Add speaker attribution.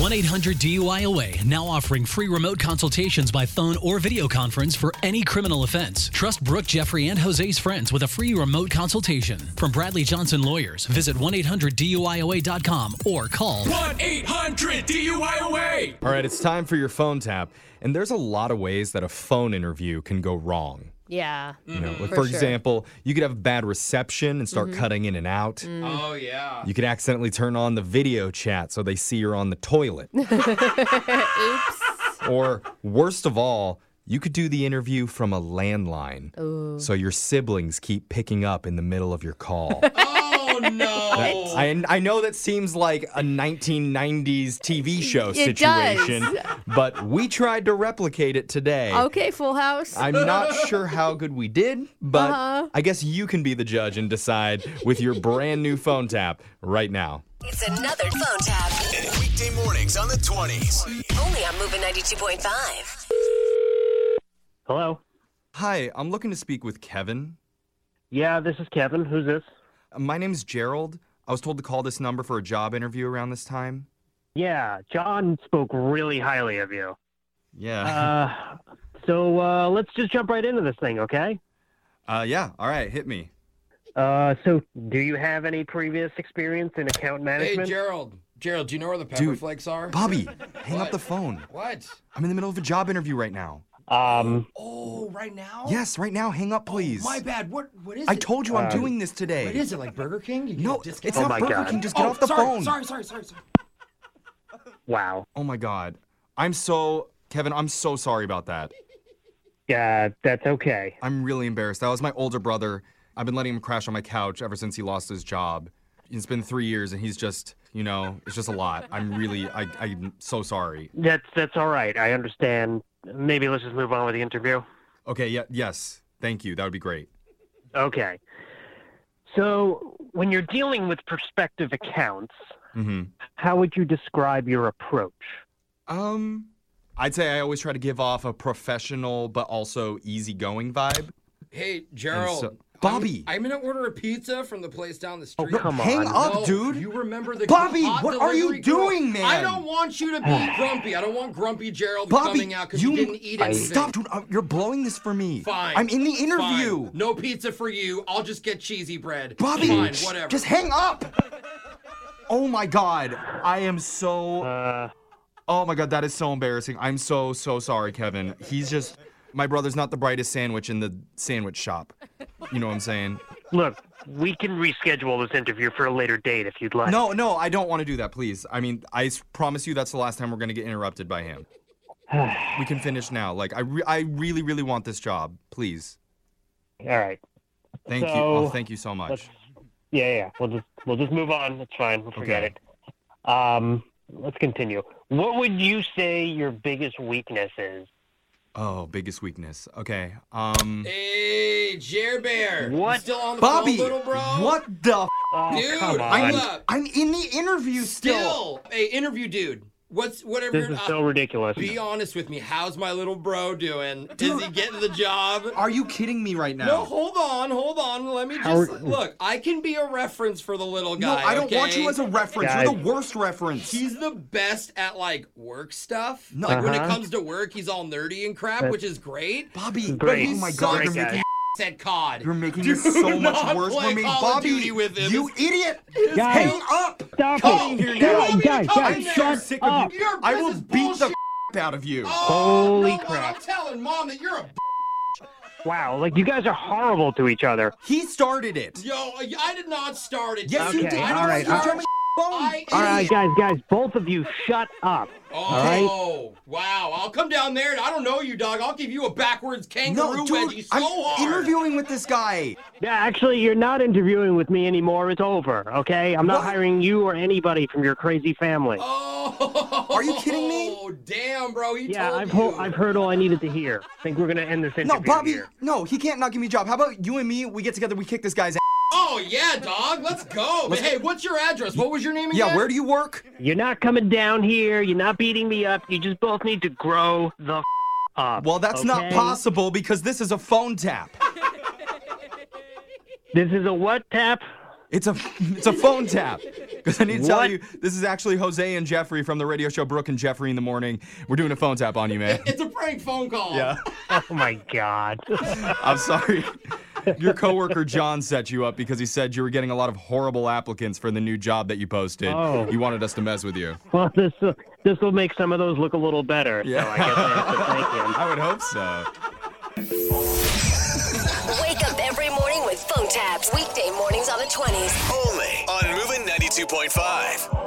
Speaker 1: 1 800 DUIOA now offering free remote consultations by phone or video conference for any criminal offense. Trust Brooke, Jeffrey, and Jose's friends with a free remote consultation. From Bradley Johnson Lawyers, visit 1 800 DUIOA.com or call
Speaker 2: 1 800 DUIOA.
Speaker 3: All right, it's time for your phone tap. And there's a lot of ways that a phone interview can go wrong.
Speaker 4: Yeah.
Speaker 3: You know, like,
Speaker 4: Mm-hmm. For
Speaker 3: for,
Speaker 4: sure. Mm-hmm.
Speaker 3: example, you could have bad reception and start cutting in and out.
Speaker 4: Mm.
Speaker 5: Oh yeah.
Speaker 3: You could accidentally turn on the video chat so they see you're on the toilet.
Speaker 4: Oops.
Speaker 3: or worst of all, you could do the interview from a landline. So your siblings keep picking up in the middle of your call.
Speaker 5: Oh no.
Speaker 3: I, I know that seems like a 1990s TV show
Speaker 4: It does.
Speaker 3: situation, but we tried to replicate it today.
Speaker 4: Okay, Full House.
Speaker 3: I'm not sure how good we did, but
Speaker 4: Uh-huh.
Speaker 3: I guess you can be the judge and decide with your brand new phone tap right now.
Speaker 6: It's another phone tap.
Speaker 7: Weekday mornings on the 20s.
Speaker 6: Only on Moving 92.5.
Speaker 8: Hello.
Speaker 3: Hi, I'm looking to speak with Kevin.
Speaker 8: Yeah, this is Kevin. Who's this?
Speaker 3: Uh, My name's Gerald. I was told to call this number for a job interview around this time.
Speaker 8: Yeah, John spoke really highly of you.
Speaker 5: Uh-huh.
Speaker 3: Yeah.
Speaker 8: Uh, so uh, let's just jump right into this thing, okay?
Speaker 3: Uh, yeah. All right. Hit me.
Speaker 8: Uh, so do you have any previous experience in account
Speaker 5: Hey
Speaker 8: management?
Speaker 5: Gerald. Gerald, do you know where the pepper
Speaker 3: Dude.
Speaker 5: flakes are?
Speaker 3: Bobby, hang up the phone.
Speaker 5: What?
Speaker 3: I'm in the middle of a job interview right now.
Speaker 8: um,
Speaker 5: Oh, right now?
Speaker 3: Yes, right now. Hang up, please.
Speaker 5: My bad. What what is
Speaker 3: I
Speaker 5: it?
Speaker 3: told you I'm
Speaker 8: Uh,
Speaker 3: doing this today.
Speaker 5: What is it like Burger King? You get
Speaker 3: No,
Speaker 5: a discount?
Speaker 3: it's
Speaker 8: Oh
Speaker 3: not
Speaker 8: my
Speaker 3: Burger
Speaker 8: God.
Speaker 3: King. Just get
Speaker 5: Oh,
Speaker 3: off the
Speaker 5: sorry,
Speaker 3: phone.
Speaker 5: Sorry, sorry, sorry, sorry.
Speaker 8: wow.
Speaker 3: Oh my God. I'm so Kevin. I'm so sorry about that.
Speaker 8: Yeah, that's okay.
Speaker 3: I'm really embarrassed. That was my older brother. I've been letting him crash on my couch ever since he lost his job. It's been three years, and he's just, you know, it's just a lot. I'm really, I, I'm so sorry.
Speaker 8: That's that's all right. I understand. Maybe let's just move on with the interview.
Speaker 3: Okay. Yeah. Yes. Thank you. That would be great.
Speaker 8: Okay. So when you're dealing with prospective accounts,
Speaker 3: Mm-hmm.
Speaker 8: how would you describe your approach?
Speaker 3: Um, I'd say I always try to give off a professional but also easygoing vibe.
Speaker 5: Hey, Gerald.
Speaker 3: so-
Speaker 5: I'm-
Speaker 3: Bobby!
Speaker 5: I'm, gonna order a pizza from the place down the street.
Speaker 8: no, Come
Speaker 3: Hang
Speaker 8: on.
Speaker 3: up,
Speaker 5: No,
Speaker 3: dude.
Speaker 5: You remember the
Speaker 3: Bobby,
Speaker 5: hot
Speaker 3: what are
Speaker 5: delivery
Speaker 3: you
Speaker 5: girl?
Speaker 3: doing, man?
Speaker 5: I don't want you to be grumpy. I don't want grumpy Gerald
Speaker 3: Bobby,
Speaker 5: coming out because you, didn't eat anything.
Speaker 3: Stop, dude. Uh, You're blowing this for me.
Speaker 5: Fine.
Speaker 3: I'm in the interview.
Speaker 5: Fine. No pizza for you. I'll just get cheesy bread.
Speaker 3: Bobby,
Speaker 5: Fine,
Speaker 3: sh-
Speaker 5: whatever.
Speaker 3: just hang up. Oh my god, I am so.
Speaker 8: Uh,
Speaker 3: Oh my god, that is so embarrassing. I'm so so sorry, Kevin. He's just my brother's not the brightest sandwich in the sandwich shop. You know what I'm saying?
Speaker 8: look, we can reschedule this interview for a later date if you'd like.
Speaker 3: No, no, I don't want to do that, please. I mean, I s- promise you that's the last time we're gonna get interrupted by him. we can finish now. Like, I re- I really really want this job, please.
Speaker 8: All right.
Speaker 3: Thank you. Oh,
Speaker 8: So,
Speaker 3: thank you so much.
Speaker 8: Let's, yeah, yeah. We'll just we'll just move on. It's fine. We'll forget
Speaker 3: Okay.
Speaker 8: it. Um, let's continue. What would you say your biggest weakness is?
Speaker 3: Oh, biggest weakness. Okay. Um.
Speaker 5: Hey, Jer Bear. you
Speaker 8: What?
Speaker 5: Still on the
Speaker 3: Bobby,
Speaker 5: phone, little bro?
Speaker 3: what the? F-
Speaker 8: Oh,
Speaker 5: Dude,
Speaker 8: come on.
Speaker 5: I'm
Speaker 3: I'm,
Speaker 5: up.
Speaker 3: I'm in the interview
Speaker 5: Still, hey, interview dude. What's whatever?
Speaker 8: this
Speaker 5: your-
Speaker 8: is so ridiculous.
Speaker 5: be honest with me. How's my little bro doing? Is he getting the job?
Speaker 3: Are you kidding me right now?
Speaker 5: No, hold on, hold on. Let me
Speaker 8: How
Speaker 5: just
Speaker 8: are-
Speaker 5: look. I can be a reference for the little
Speaker 3: No,
Speaker 5: guy.
Speaker 3: I don't want you
Speaker 5: okay?
Speaker 3: as a reference.
Speaker 8: Guys.
Speaker 3: You're the worst reference.
Speaker 5: He's the best at like work stuff.
Speaker 3: No.
Speaker 5: Like when it
Speaker 8: Uh-huh.
Speaker 5: comes to work, he's all nerdy and crap,
Speaker 8: That's-
Speaker 5: which is great.
Speaker 3: Bobby,
Speaker 8: Great.
Speaker 3: oh my
Speaker 5: He's
Speaker 3: god,
Speaker 5: so
Speaker 3: you're
Speaker 8: great
Speaker 3: making,
Speaker 5: Said COD.
Speaker 3: you're making
Speaker 5: Do
Speaker 3: this so much
Speaker 5: not
Speaker 3: worse
Speaker 5: play
Speaker 3: for me.
Speaker 5: Call of
Speaker 3: Bobby,
Speaker 5: Duty with him.
Speaker 3: you idiot!
Speaker 8: Guys.
Speaker 3: Hang up!
Speaker 8: Stop
Speaker 5: Come
Speaker 8: it.
Speaker 5: here
Speaker 8: Shut
Speaker 5: now.
Speaker 8: up,
Speaker 5: Come
Speaker 8: guys,
Speaker 5: here, come
Speaker 8: guys,
Speaker 5: here.
Speaker 3: I'm
Speaker 8: shut
Speaker 3: sick
Speaker 8: up.
Speaker 3: of you.
Speaker 5: Your
Speaker 3: I will
Speaker 5: business
Speaker 3: beat the
Speaker 5: bullshit.
Speaker 3: f- out of you.
Speaker 5: Oh,
Speaker 8: Holy
Speaker 5: no, Mom,
Speaker 8: crap.
Speaker 5: I'm telling mom that you're a. b-
Speaker 8: Wow, like you guys are horrible to each other.
Speaker 3: He started it.
Speaker 5: Yo, I I did not start it.
Speaker 3: Yes,
Speaker 5: dude.
Speaker 3: you
Speaker 8: Okay,
Speaker 3: did.
Speaker 5: I did
Speaker 8: all
Speaker 5: not
Speaker 8: right,
Speaker 3: You
Speaker 8: all
Speaker 5: start
Speaker 3: turned me
Speaker 5: it.
Speaker 3: phone.
Speaker 5: I
Speaker 8: All right,
Speaker 5: idiot.
Speaker 8: guys, guys, both of you, shut up.
Speaker 5: Oh, wow. I'll come down there and I don't know you, dog. I'll give you a backwards kangaroo
Speaker 3: No,
Speaker 5: wedgie
Speaker 3: dude,
Speaker 5: so
Speaker 3: I'm
Speaker 5: hard.
Speaker 3: interviewing with this guy.
Speaker 8: Yeah, actually, you're not interviewing with me anymore. It's over, okay? I'm not
Speaker 3: What?
Speaker 8: hiring you or anybody from your crazy family.
Speaker 5: Oh,
Speaker 3: Are you kidding me?
Speaker 5: Oh, damn, bro. He
Speaker 8: yeah,
Speaker 5: told
Speaker 8: I've,
Speaker 5: you.
Speaker 8: ho- I've heard all I needed to hear. I think we're going to end this interview
Speaker 3: No, Bobby,
Speaker 8: here.
Speaker 3: no, he can't not give me a job. How about you and me? We get together, we kick this guy's ass.
Speaker 5: Oh, yeah, dog. Let's go.
Speaker 3: Let's-
Speaker 5: hey, what's your address? What was your name again?
Speaker 3: Yeah, where do you work?
Speaker 8: You're not coming down here. You're not beating me up. You just both need to grow the f- up.
Speaker 3: Well, that's not
Speaker 8: okay?
Speaker 3: possible because this is a phone tap.
Speaker 8: This is a what tap?
Speaker 3: It's a it's a phone tap. Because I need to tell
Speaker 8: What?
Speaker 3: you, this is actually Jose and Jeffrey from the radio show Brooke and Jeffrey in the Morning. We're doing a phone tap on you, man.
Speaker 5: It's a prank phone call.
Speaker 3: yeah.
Speaker 8: Oh my god.
Speaker 3: I'm sorry. Your coworker John set you up because he said you were getting a lot of horrible applicants for the new job that you posted.
Speaker 8: Oh.
Speaker 3: He wanted us to mess with you.
Speaker 8: well, this will- this will make some of those look a little better. So I guess I have to thank him.
Speaker 3: I would hope so.
Speaker 6: Wake up every morning with phone taps. Weekday mornings on the 20s.
Speaker 7: Only on Moving 92.5.